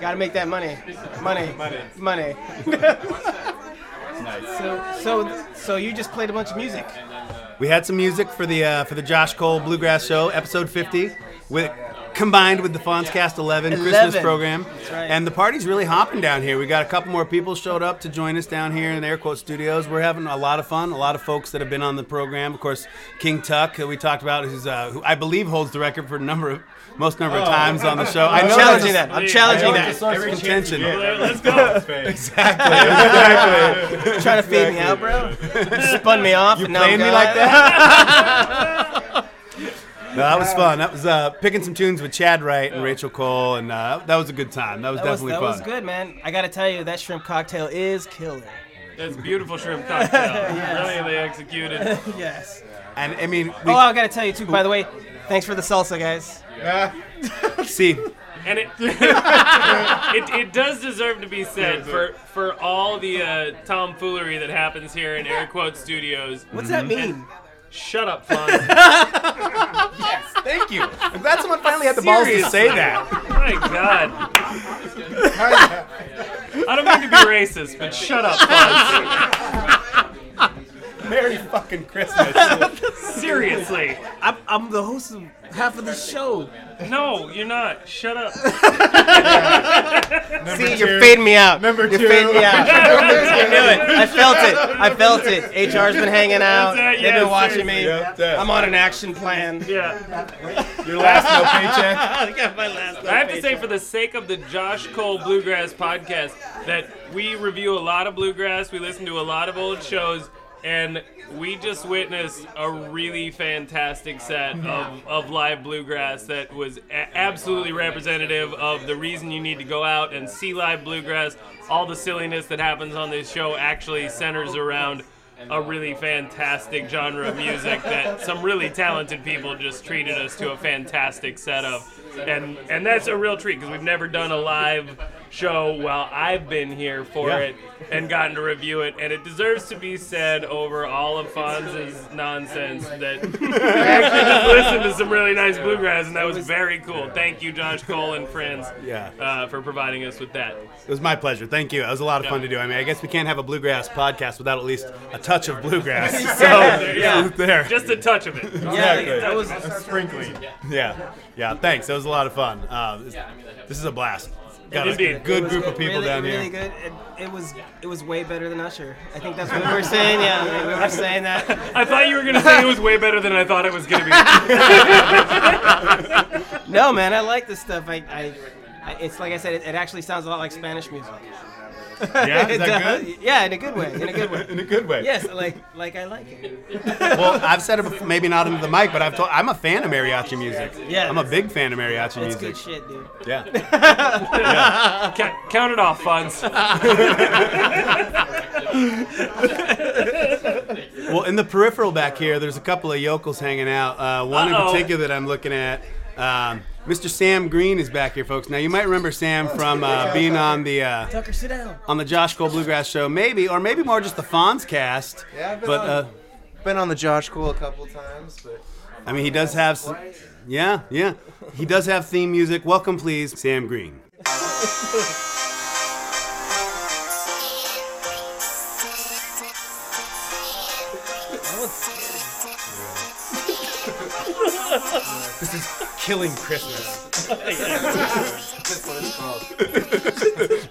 S1: Gotta make that money. Money.
S2: Money.
S1: Money. *laughs*
S2: Nice.
S1: so, so, so you just played a bunch of music.
S4: We had some music for the uh, for the Josh Cole Bluegrass Show, episode 50, with combined with the Fonzcast 11, Christmas
S1: 11.
S4: program.
S1: right.
S4: And the party's really hopping down here. We got a couple more people showed up to join us down here in Air Quote Studios. We're having a lot of fun. A lot of folks that have been on the program. Of course, King Tuck, who we talked about, who's, uh, who I believe holds the record for number of most number of times on the show. Oh. I
S1: I'm
S4: know
S1: challenging
S4: that's
S1: that. I'm
S4: I
S1: challenging
S4: know it's a
S1: that.
S4: source of contention.
S3: Let's go.
S4: Exactly. Exactly.
S1: Trying to fade me out, bro. Spun me off. You and now I'm
S4: playing me
S1: gone.
S4: like that? No, that was fun. That was uh, picking some tunes with Chad Wright and Rachel Cole, and uh, that was a good time. That was
S1: That was,
S4: definitely
S1: that was
S4: fun.
S1: good, man. I gotta tell you, that shrimp cocktail is killer.
S3: That's beautiful shrimp cocktail. Really, they executed.
S1: Yes.
S4: And I mean, we
S1: Oh, I gotta tell you too. By the way, thanks for the salsa, guys.
S4: *laughs* see,
S3: And it, it it does deserve to be said for for all the uh, tomfoolery that happens here in Air Quote Studios.
S1: What's that mean?
S3: Shut up, Fonz.
S4: thank you. I'm glad someone finally had the balls to say that.
S3: My God. I don't mean to be racist, but shut up, Fonz.
S4: Merry fucking Christmas.
S3: Seriously.
S1: I'm, I'm the host of half of the show.
S3: No, you're not. Shut up.
S1: See, you you're fading me out.
S2: Number
S1: you're
S2: two.
S1: fading me out. I knew it. I felt it. I felt it. HR's been hanging out.
S3: That's it,
S1: They've
S3: yeah,
S1: been watching me.
S2: Yep, that's-
S1: I'm on an action plan.
S3: Yeah.
S2: Your last no
S1: *laughs*
S2: paycheck.
S1: I got my last.
S3: I have to say, for the sake of the Josh Cole Bluegrass podcast, that we review a lot of bluegrass, we listen to a lot of old shows, and we just witnessed a really fantastic set of, of live bluegrass that was a- absolutely representative of the reason you need to go out and see live bluegrass. All the silliness that happens on this show actually centers around a really fantastic genre of music that some really talented people just treated us to a fantastic set of. And and that's a real treat because we've never done a live show while I've been here for
S4: Yeah.
S3: it and gotten to review it. And it deserves to be said over all of Fonz's nonsense that we actually just listened to some really nice bluegrass and that was very cool. Thank you, Josh Cole and friends,
S4: Yeah.
S3: uh, for providing us with that.
S4: It was my pleasure. Thank you. It was a lot of fun to do. I mean, I guess we can't have a bluegrass podcast without at least a touch of
S3: *laughs*
S4: bluegrass.
S1: *laughs*
S4: So
S3: yeah.
S4: there.
S3: Just a touch of it.
S1: Yeah,
S4: Exactly.
S1: that was
S2: A sprinkling.
S4: Yeah, yeah. Thanks. That was a lot of fun. Uh, this, this is a blast. Got a
S3: Indeed.
S4: good
S1: It was
S4: group of people
S1: really,
S4: down
S1: really
S4: here.
S1: good. It, it was it was way better than Usher. I think that's what we were saying. Yeah, we were saying that.
S3: I thought you were gonna say it was way better than I thought it was gonna be.
S1: No, man, I like this stuff. I, I, I it's like I said, it, it actually sounds a lot like Spanish music.
S2: Yeah,
S1: *laughs*
S2: is
S1: It
S2: that
S1: does.
S2: good?
S1: Yeah, in a good way. In a good way.
S4: *laughs*
S2: In a good way.
S1: Yes, like like I like it.
S4: Well, I've said it before, maybe not into the mic, but I've told I'm a fan of mariachi music.
S1: Yeah.
S4: I'm a big fan of mariachi
S1: It's
S4: music.
S1: good shit, dude.
S4: Yeah.
S3: Ca- count it off, funds.
S4: Well, in the peripheral back here, there's a couple of yokels hanging out. Uh, one
S3: Uh-oh.
S4: in particular that I'm looking at. Um, Mr. Sam Green is back here, folks. Now you might remember Sam
S13: Oh,
S4: from uh, being on the uh,
S1: Tucker, sit down.
S4: on the Josh Cole Bluegrass Show, maybe, or maybe more just the Fonz cast.
S13: Yeah, I've been
S4: But
S13: on-
S4: uh,
S13: Been on the Josh Cool a couple times, but
S4: I mean, he does have. Some, yeah, yeah. He does have theme music. Welcome, please, Sam Green. This is killing Christmas.
S13: that's what it's called.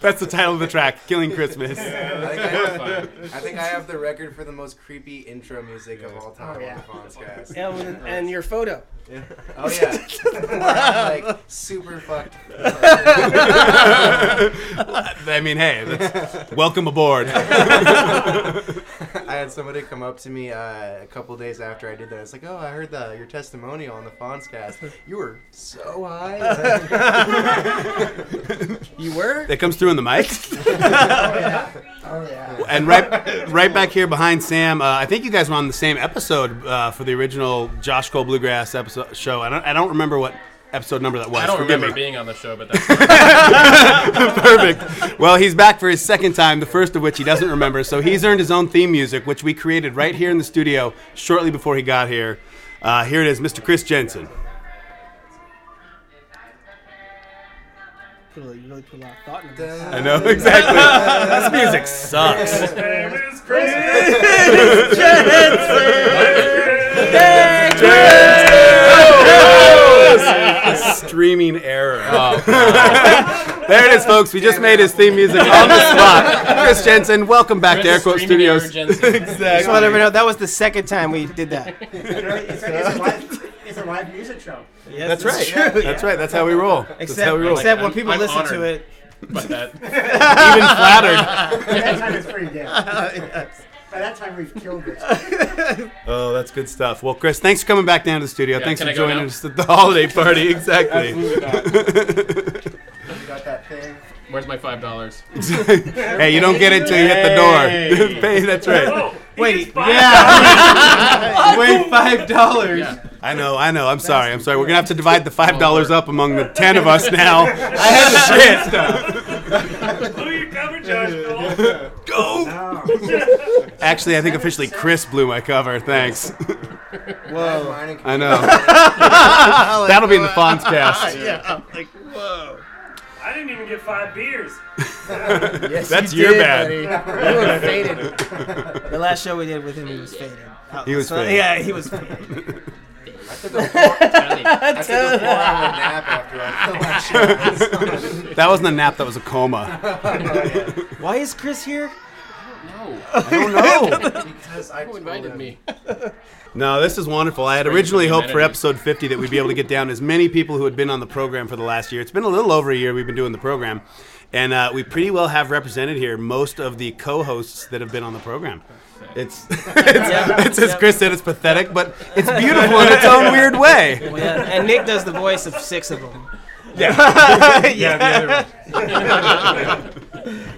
S4: That's the title of the track, Killing Christmas.
S13: I think I, have, I think I have the record for the most creepy intro music of all
S7: Oh,
S13: time on the Fonzcast.
S7: *laughs*
S1: Yeah, with- and your photo.
S13: Oh yeah, *laughs* I'm, like super fucked.
S4: I mean, hey, that's, welcome aboard.
S13: I had somebody come up to me uh, a couple days after I did that. It's like, oh, I heard the, your testimonial on the Fonzcast. You were so high.
S1: You were?
S4: That comes through in the mic.
S7: *laughs* Oh yeah.
S4: And right, right back here behind Sam. Uh, I think you guys were on the same episode uh, for the original Josh Cole Bluegrass episode show. I don't, I don't remember what episode number that was.
S14: I don't
S4: Forgive
S14: remember
S4: me.
S14: being on the show, but that's
S4: Perfect. Well, he's back for his second time, the first of which he doesn't remember. So he's earned his own theme music, which we created right here in the studio shortly before he got here. Uh, here it is, Mr. Chris Jensen.
S1: Put a- You really put a lot of thought into this.
S4: *laughs* I know exactly. this music sucks. A streaming error. *laughs* there it is, folks. We just made his theme music on the spot. Chris Jensen, welcome back to Air Quote
S14: Streaming error,
S4: Studios. *laughs*
S14: Jensen.
S1: Just want everyone to know that was the second time we did that.
S7: *laughs*
S13: *laughs*
S7: It's a, it's a live, it's a live music show.
S1: Yes,
S4: That's right. That's right. That's how we roll. That's
S1: Except,
S4: how we roll.
S1: except when
S14: I'm-
S1: people
S14: I'm
S1: listen to
S14: honored.
S1: it.
S14: but that
S4: Even flattered.
S7: That time it's pretty
S13: *laughs*
S7: dead. By that time we've killed it.
S4: Oh, that's good stuff. Well, Chris, thanks for coming back down to the studio. thanks
S14: can
S4: for
S14: I go
S4: joining
S14: now?
S4: us at the holiday party. Exactly.
S13: You got that thing.
S14: where's my five dollars?
S4: hey, you don't get it till you hit the door. *laughs* Pay- that's right.
S3: Oh,
S1: Wait,
S4: Yeah.
S13: Wait, five dollars.
S14: Yeah.
S4: I know, I know. I'm sorry. I'm sorry. We're gonna have to divide the five dollars up among the ten of us now. I had to
S3: blew your cover, Josh Cole.
S4: Go.
S7: Um,
S4: Actually, I think officially Chris blew my cover. Thanks.
S13: Whoa.
S4: I know. That'll be in the Fonz cast.
S3: I didn't even get five beers.
S4: That's your bad.
S1: The last show we did with him, he was faded.
S4: He was
S1: So-
S4: faded.
S1: Yeah, he was faded.
S13: I took a four-hour nap after I fell out.
S4: That wasn't a nap. That was a coma.
S1: Why is Chris here?
S13: Because I
S14: Who
S13: told
S14: invited
S13: him.
S14: me?
S4: No, this is wonderful. I had originally hoped for
S14: humanity.
S4: episode 50 that we'd be able to get down as many people who had been on the program for the last year. It's been a little over a year we've been doing the program. And uh, we pretty well have represented here most of the co hosts that have been on the program. It's, *laughs* it's, it's as Chris said, it's pathetic, but it's beautiful in its own weird way.
S1: Well, *laughs* yeah, and Nick does the voice of six of them. *laughs*
S2: Yeah, the other one.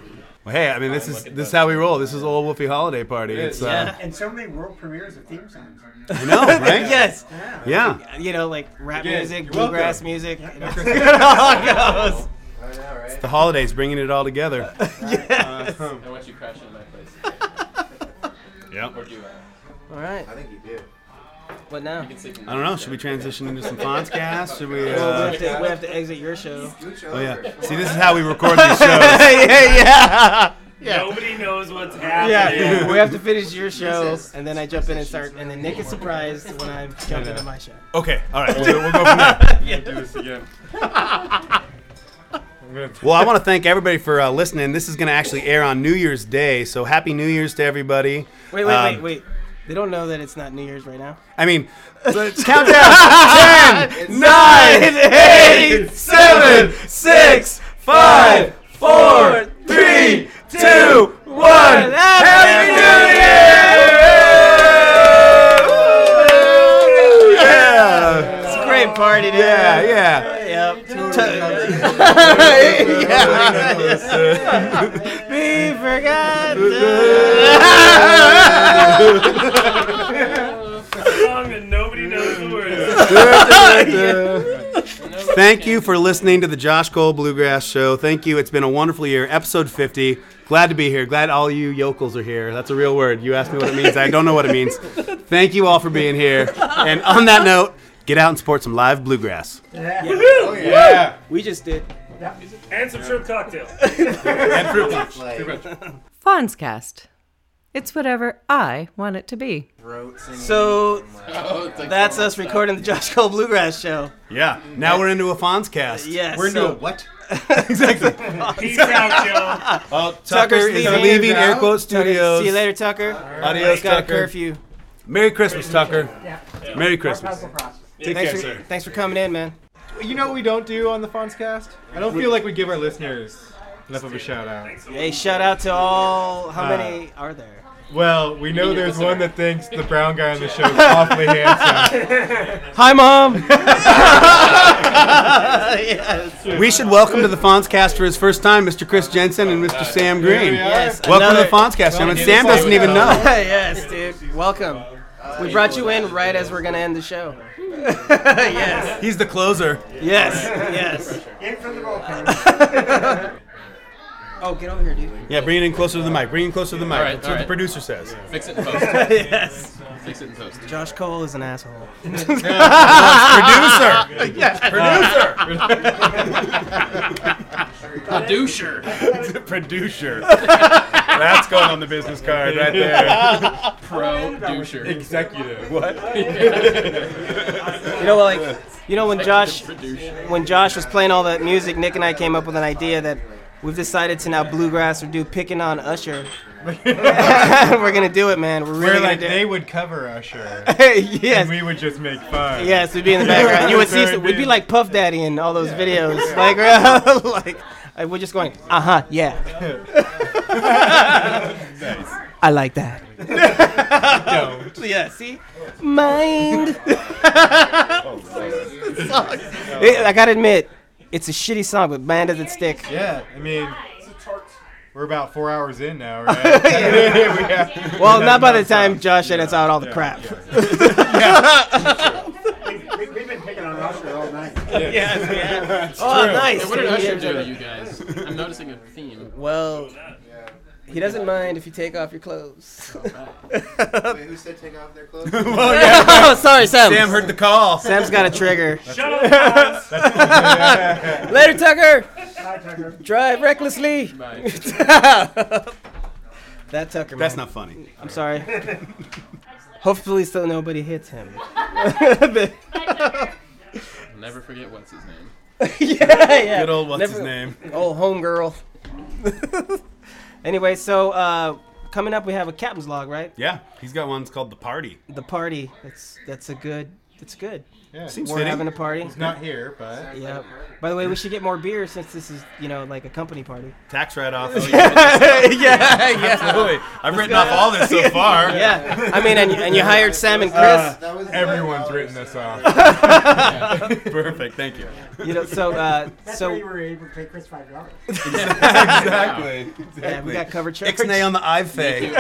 S4: Well, hey, I mean, this is this is how we roll. This is Old Wolfie Holiday Party. It's, uh,
S1: Yeah.
S7: And so many world premieres of theme songs.
S4: I know, right?
S1: *laughs* Yes.
S4: Yeah.
S1: You know, like rap
S2: Again,
S1: music,
S2: you're
S1: bluegrass music. you know, it all
S13: I
S1: goes.
S13: know, right?
S4: The holidays bringing it all together.
S14: I want you crashing in my place.
S4: *laughs*
S2: Yep.
S14: Or do I?
S1: All right.
S13: I think you do.
S1: What now?
S14: You can sleep in
S4: I don't know. Should we transition into some Fonzcast? Should we?
S1: Well,
S4: Uh,
S1: we, have to, we have to exit your show.
S13: Scooch
S4: oh,
S13: over.
S4: yeah. See, this is how we
S1: *laughs*
S4: record these shows.
S1: yeah, yeah.
S3: Nobody knows what's happening.
S1: Yeah, we have to finish your show, and then I jump in and start, and then Nick is surprised when I jump into my show. *laughs*
S4: Okay, all right. We'll, we'll go from there.
S2: Do this again.
S4: *laughs* well, I want to thank everybody for uh, listening. This is going to actually air on New Year's Day, so happy New Year's to everybody.
S1: Wait, wait,
S4: Um,
S1: wait, wait. They don't know that it's not New Year's right now.
S4: I *laughs* mean, let's count *laughs* down. 10, 9, 8, 7, 6, 5, 4, 3, 2, 1. Happy New Year! Yeah.
S1: It's a great party, dude.
S4: Yeah, yeah.
S1: Yep.
S4: *laughs* Yeah.
S1: We forgot.
S4: Thank you for listening to the Josh Cole Bluegrass Show. Thank you. It's been a wonderful year. Episode 50. Glad to be here. Glad all you yokels are here. That's a real word. You asked me what it means. I don't know what it means. Thank you all for being here. And on that note, get out and support some live bluegrass.
S1: Yeah.
S3: Oh, yeah.
S1: We just did.
S3: And some shrimp cocktail.
S1: And fruit punch.
S3: Fruit punch.
S9: Fonzcast. It's whatever I want it to be.
S1: So
S9: Oh, it's like
S1: that's
S9: all
S1: us
S9: that.
S1: recording the Josh Cole Bluegrass Show.
S4: *laughs* Yeah. Now we're into a Fonz cast.
S1: Yes.
S4: We're into
S1: So-
S4: what? exactly.
S1: Peace out, y'all.
S4: Well, Tucker is leaving Air Quotes Studios.
S1: See you later, Tucker.
S4: Adios,
S1: Got a
S4: Tucker.
S1: curfew.
S4: Merry Christmas, Tucker. Merry Christmas. Take
S1: thanks
S4: care,
S1: for,
S4: sir.
S1: Thanks for coming in, man.
S2: You know what we don't do on the Fonzcast? I don't feel like we give our listeners enough of a shout out.
S1: Hey, shout out to all. How
S2: Uh,
S1: many are *laughs* there?
S2: Well, we know there's one that thinks the brown guy on the show is awfully
S4: *laughs*
S2: handsome.
S1: Hi, mom.
S4: We should welcome to the Fonzcast for his first time Mr. Chris Jensen and Mr. Sam Green.
S1: Yes,
S4: Welcome
S1: another-
S4: to the Fonzcast, gentlemen. Sam doesn't even know.
S1: *laughs* yes, dude. Welcome. We brought you in right as we're gonna end the show. *laughs* yes.
S4: He's the closer.
S1: Yes.
S2: *laughs*
S1: Yes.
S7: In from the roll call.
S1: oh, get over here, dude.
S4: Yeah, bring it in closer to the mic. Bring it in closer to the mic.
S1: All right,
S4: That's
S1: all
S4: what the
S1: right.
S4: producer says.
S14: Fix it in post.
S1: *laughs* yes.
S14: Fix it in post.
S1: Josh Cole is an asshole.
S14: Producer.
S1: Yes.
S14: Producer.
S4: *laughs*
S2: Producer. That's going on the business card right *laughs* there.
S14: Producer.
S2: Executive. What?
S1: You know, like, you know when Josh, when Josh was playing all that music, Nick and I came up with an idea that we've decided to now bluegrass or do picking on Usher. *laughs* We're gonna do it, man. We're
S2: Where
S1: really
S2: like
S1: gonna do *laughs*
S2: they would cover Usher.
S1: Yes.
S2: And we would just make fun.
S1: it. Yes, we'd be in the background. You would see,
S2: Turn
S1: we'd be
S2: in.
S1: like Puff Daddy in all those videos, like, *laughs* right- like, uh, we're just going, uh huh, yeah. I like that.
S12: Don't.
S1: Yeah, see? *laughs* Mind. It sucks. It- I gotta admit, it's a shitty song, but man, does it stick.
S2: Yeah, I mean, we're about four hours in now,
S4: *laughs*
S2: right? *laughs* We have-
S1: Well,
S2: we
S1: not
S2: have
S1: by the
S2: enough
S1: time
S2: time.
S1: Josh edits out all the crap.
S7: we, we've been picking on Usher all night.
S1: Yes, we have. It's Oh, true. nice.
S14: Hey, what did
S1: Yeah,
S14: Usher
S1: yeah,
S14: do
S1: yeah.
S14: to you
S1: *laughs*
S14: guys? I'm noticing a theme.
S1: Well, he doesn't mind if you take off your clothes.
S13: Oh,
S1: *laughs*
S13: Wait, who said take off their clothes?
S1: Well, yeah. Oh, sorry, Sam. Sam heard the call. Sam's got a trigger. *laughs* Shut up, Sam. Later, Tucker.
S7: Bye,
S1: *laughs*
S7: Tucker.
S1: Drive recklessly.
S7: Bye.
S1: *laughs* that Tucker.
S4: That's
S1: man.
S4: not funny.
S1: I'm *laughs* sorry. Hopefully, still nobody hits *laughs* him. yeah,
S14: I'll never forget what's his name.
S1: *laughs* yeah.
S14: Good old what's
S1: Never-
S14: his name.
S1: Old homegirl. anyway, so uh, coming up, we have a captain's log, right?
S4: Yeah, he's got one. It's called The Party.
S1: The party. That's that's a good. It's good.
S2: Yeah.
S4: Seems
S1: We're
S4: fitting.
S1: having a party.
S2: He's not here, but-
S1: yeah. By the way, we should get more beer since this is you know like a company party.
S2: *laughs*
S4: Tax write-off.
S1: yeah, yeah.
S4: *laughs* Absolutely. I've
S1: Let's
S4: written
S1: go.
S4: off all this so far.
S1: yeah. I mean, and, and you hired Sam and Chris.
S2: Uh, everyone's written this
S4: *laughs*
S2: off.
S4: Perfect. Thank you.
S1: You know, so uh,
S7: That's
S1: so
S7: where you were able to pay Chris five
S1: *laughs*
S7: dollars.
S4: *laughs* exactly. exactly.
S1: Yeah, we got covered charge.
S4: Ixnay on the iFay.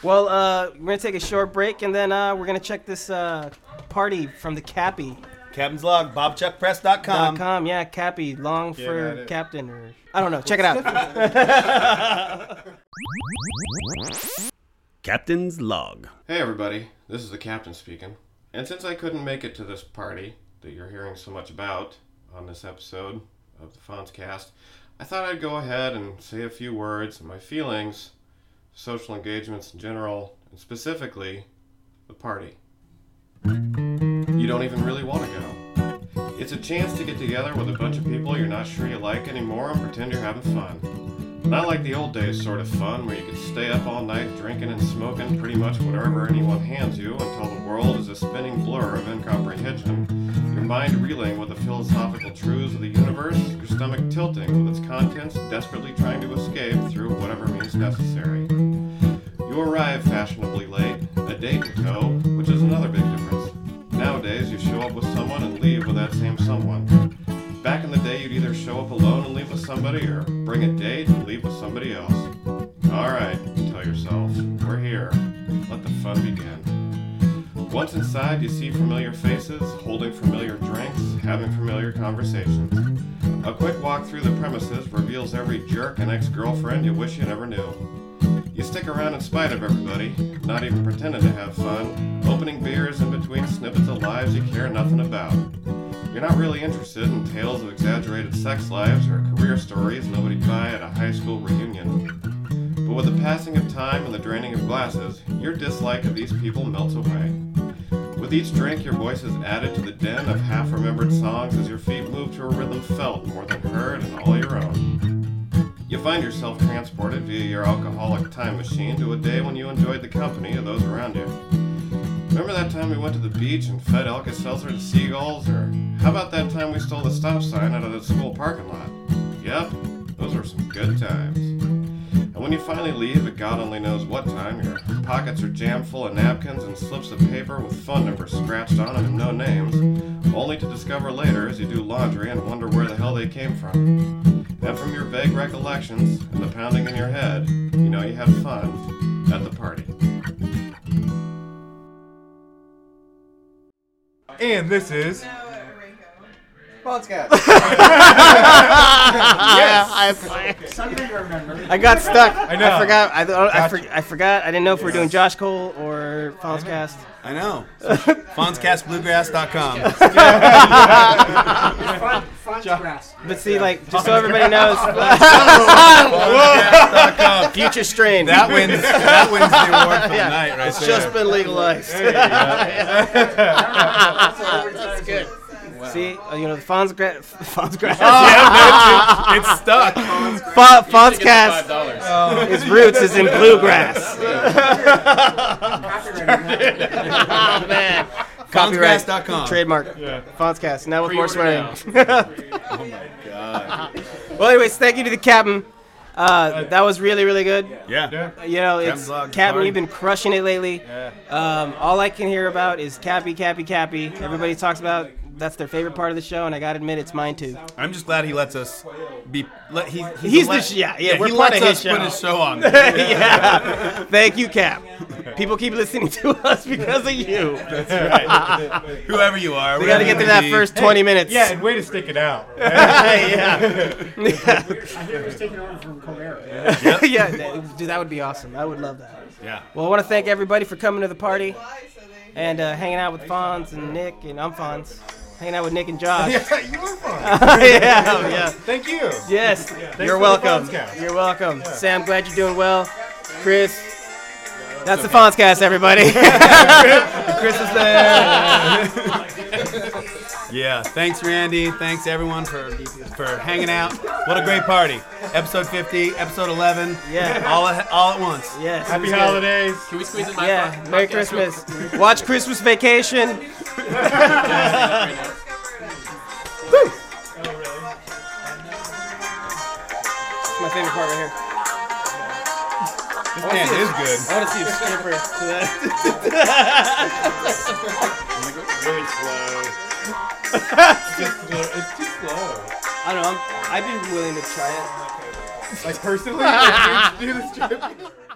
S1: Well, uh, we're gonna take a short break and then uh, we're gonna check this uh, party from the Cappy.
S4: Captain's log, bobchuckpress.com.
S1: Dot com, yeah, Cappy, long
S4: Um. Get at
S1: for
S4: it.
S1: captain or I don't know. Check it *laughs* out.
S4: Captain's log.
S5: Hey everybody, this is the captain speaking. And since I couldn't make it to this party that you're hearing so much about on this episode of the Fonzcast, I thought I'd go ahead and say a few words and my feelings, social engagements in general, and specifically the party. You don't even really want to go. It's a chance to get together with a bunch of people you're not sure you like anymore and pretend you're having fun. Not like the old days sort of fun where you could stay up all night drinking and smoking pretty much whatever anyone hands you until the world is a spinning blur of incomprehension, your mind reeling with the philosophical truths of the universe, your stomach tilting with its contents desperately trying to escape through whatever means necessary. You arrive fashionably late, a date to go, which is another big difference. Nowadays, you show up with someone and leave with that same someone. Back in the day, you'd either show up alone and leave with somebody, or bring a date and leave with somebody else. Alright, you tell yourself, we're here. Let the fun begin. Once inside, you see familiar faces, holding familiar drinks, having familiar conversations. A quick walk through the premises reveals every jerk and ex girlfriend you wish you never knew. You stick around in spite of everybody, not even pretending to have fun, opening beers in between snippets of lives you care nothing about. You're not really interested in tales of exaggerated sex lives or career stories nobody'd buy at a high school reunion. But with the passing of time and the draining of glasses, your dislike of these people melts away. With each drink, your voice is added to the din of half remembered songs as your feet move to a rhythm felt more than heard and all your own. You find yourself transported via your alcoholic time machine to a day when you enjoyed the company of those around you. Remember that time we went to the beach and fed Alka Seltzer to seagulls? Or how about that time we stole the stop sign out of the school parking lot? Yep, those were some good times. And when you finally leave at God only knows what time, your pockets are jammed full of napkins and slips of paper with phone numbers scratched on them and no names, only to discover later as you do laundry and wonder where the hell they came from. And from your vague recollections and the pounding in your head, you know you had fun at the party.
S2: *laughs* And
S1: *laughs*
S2: this is. *laughs*
S13: Podcast.
S1: I got stuck. I,
S13: I know.
S1: forgot. I, I,
S13: Gotcha.
S1: for, I forgot. I didn't know if we are doing Josh Cole or Fonzcast.
S4: I know. Fonzcastbluegrass.com.
S1: Fon-
S7: Fonzgrass.
S1: But see, like,
S4: *laughs*
S1: just so everybody knows,
S4: Fonzgrass.com.
S1: future strain.
S4: That wins- that wins the award for the night right
S1: It's *laughs*
S4: there.
S1: just been legalized.
S4: There you
S1: *laughs*
S4: go.
S1: That's good. See, uh, you know, the *laughs* Fonzgra- Fonzgrass.
S4: Oh,
S12: Yeah, it's- it's stuck.
S1: Fon- Fonzcast. Its roots is in bluegrass.
S2: *laughs*
S1: oh, man. Copyright.
S4: Fonzgrass.com.
S1: Trademark.
S4: Yeah.
S1: Fonzcast. Now with more swearing.
S4: Pre-order
S1: *laughs* oh, my God. well, anyways, thank you to the captain. Uh, that was really, really good.
S4: Yeah.
S1: You know,
S4: Captain
S1: it's
S4: Log,
S1: Captain.
S4: Cardi.
S1: You've been crushing it lately.
S4: Yeah.
S1: Um, all I can hear about is Cappy, Cappy, Cappy. Everybody talks about that's their favorite part of the show, and I gotta admit, it's mine
S4: *laughs*
S1: too.
S4: I'm just glad he lets us be. Let, he, he's
S1: He's
S4: the,
S1: the sh- yeah, yeah, we're
S4: he
S1: part
S4: lets
S1: of his
S4: us
S1: show.
S4: put his show
S1: *laughs*
S4: on.
S1: yeah. Thank you, Cap. People keep listening to *laughs* us because of you.
S4: That's *laughs* right. Whoever you are,
S1: we gotta get through that
S4: wherever you be.
S1: first 20 minutes.
S2: Yeah, and way to stick it out.
S1: *laughs*
S2: *laughs*
S1: yeah.
S7: I hear he's taking over from Colbert.
S1: *laughs* yeah, that- dude, that would be awesome. I would love that.
S4: Yeah.
S1: Well, I want to thank everybody for coming to the party and uh, hanging out with Fonz and Nick, and I'm Fonz. Hanging out with Nick and Josh.
S2: *laughs* Yeah, you are Fonz.
S1: yeah, yeah.
S2: Thank you.
S1: *laughs* Yes,
S2: Yeah, thanks
S1: you're
S2: for the
S1: welcome.
S2: Fonzcast.
S1: You're welcome. Sam, glad you're doing well. Chris, that's the Fonzcast, everybody. Chris is there.
S4: *laughs* Yeah, thanks, Randy. Thanks, everyone, for for hanging out. What a great party! Episode 50, episode 11.
S1: Yeah.
S4: all at, all at once.
S1: Yes.
S4: Happy
S1: it was good.
S4: holidays.
S14: Can we squeeze in my
S1: yeah,
S14: podcast
S1: Merry
S14: real quick?
S1: Christmas. Watch Christmas Vacation. Woo. My favorite part right here.
S2: This
S1: I wanna
S2: band
S1: see a-
S2: is good.
S1: I want to see a stripper. to
S4: *laughs*
S1: that.
S2: Just slow. It's too slow.
S1: I don't know. I'm, I've been willing to try it.
S2: *laughs* Like personally, do you do the strip?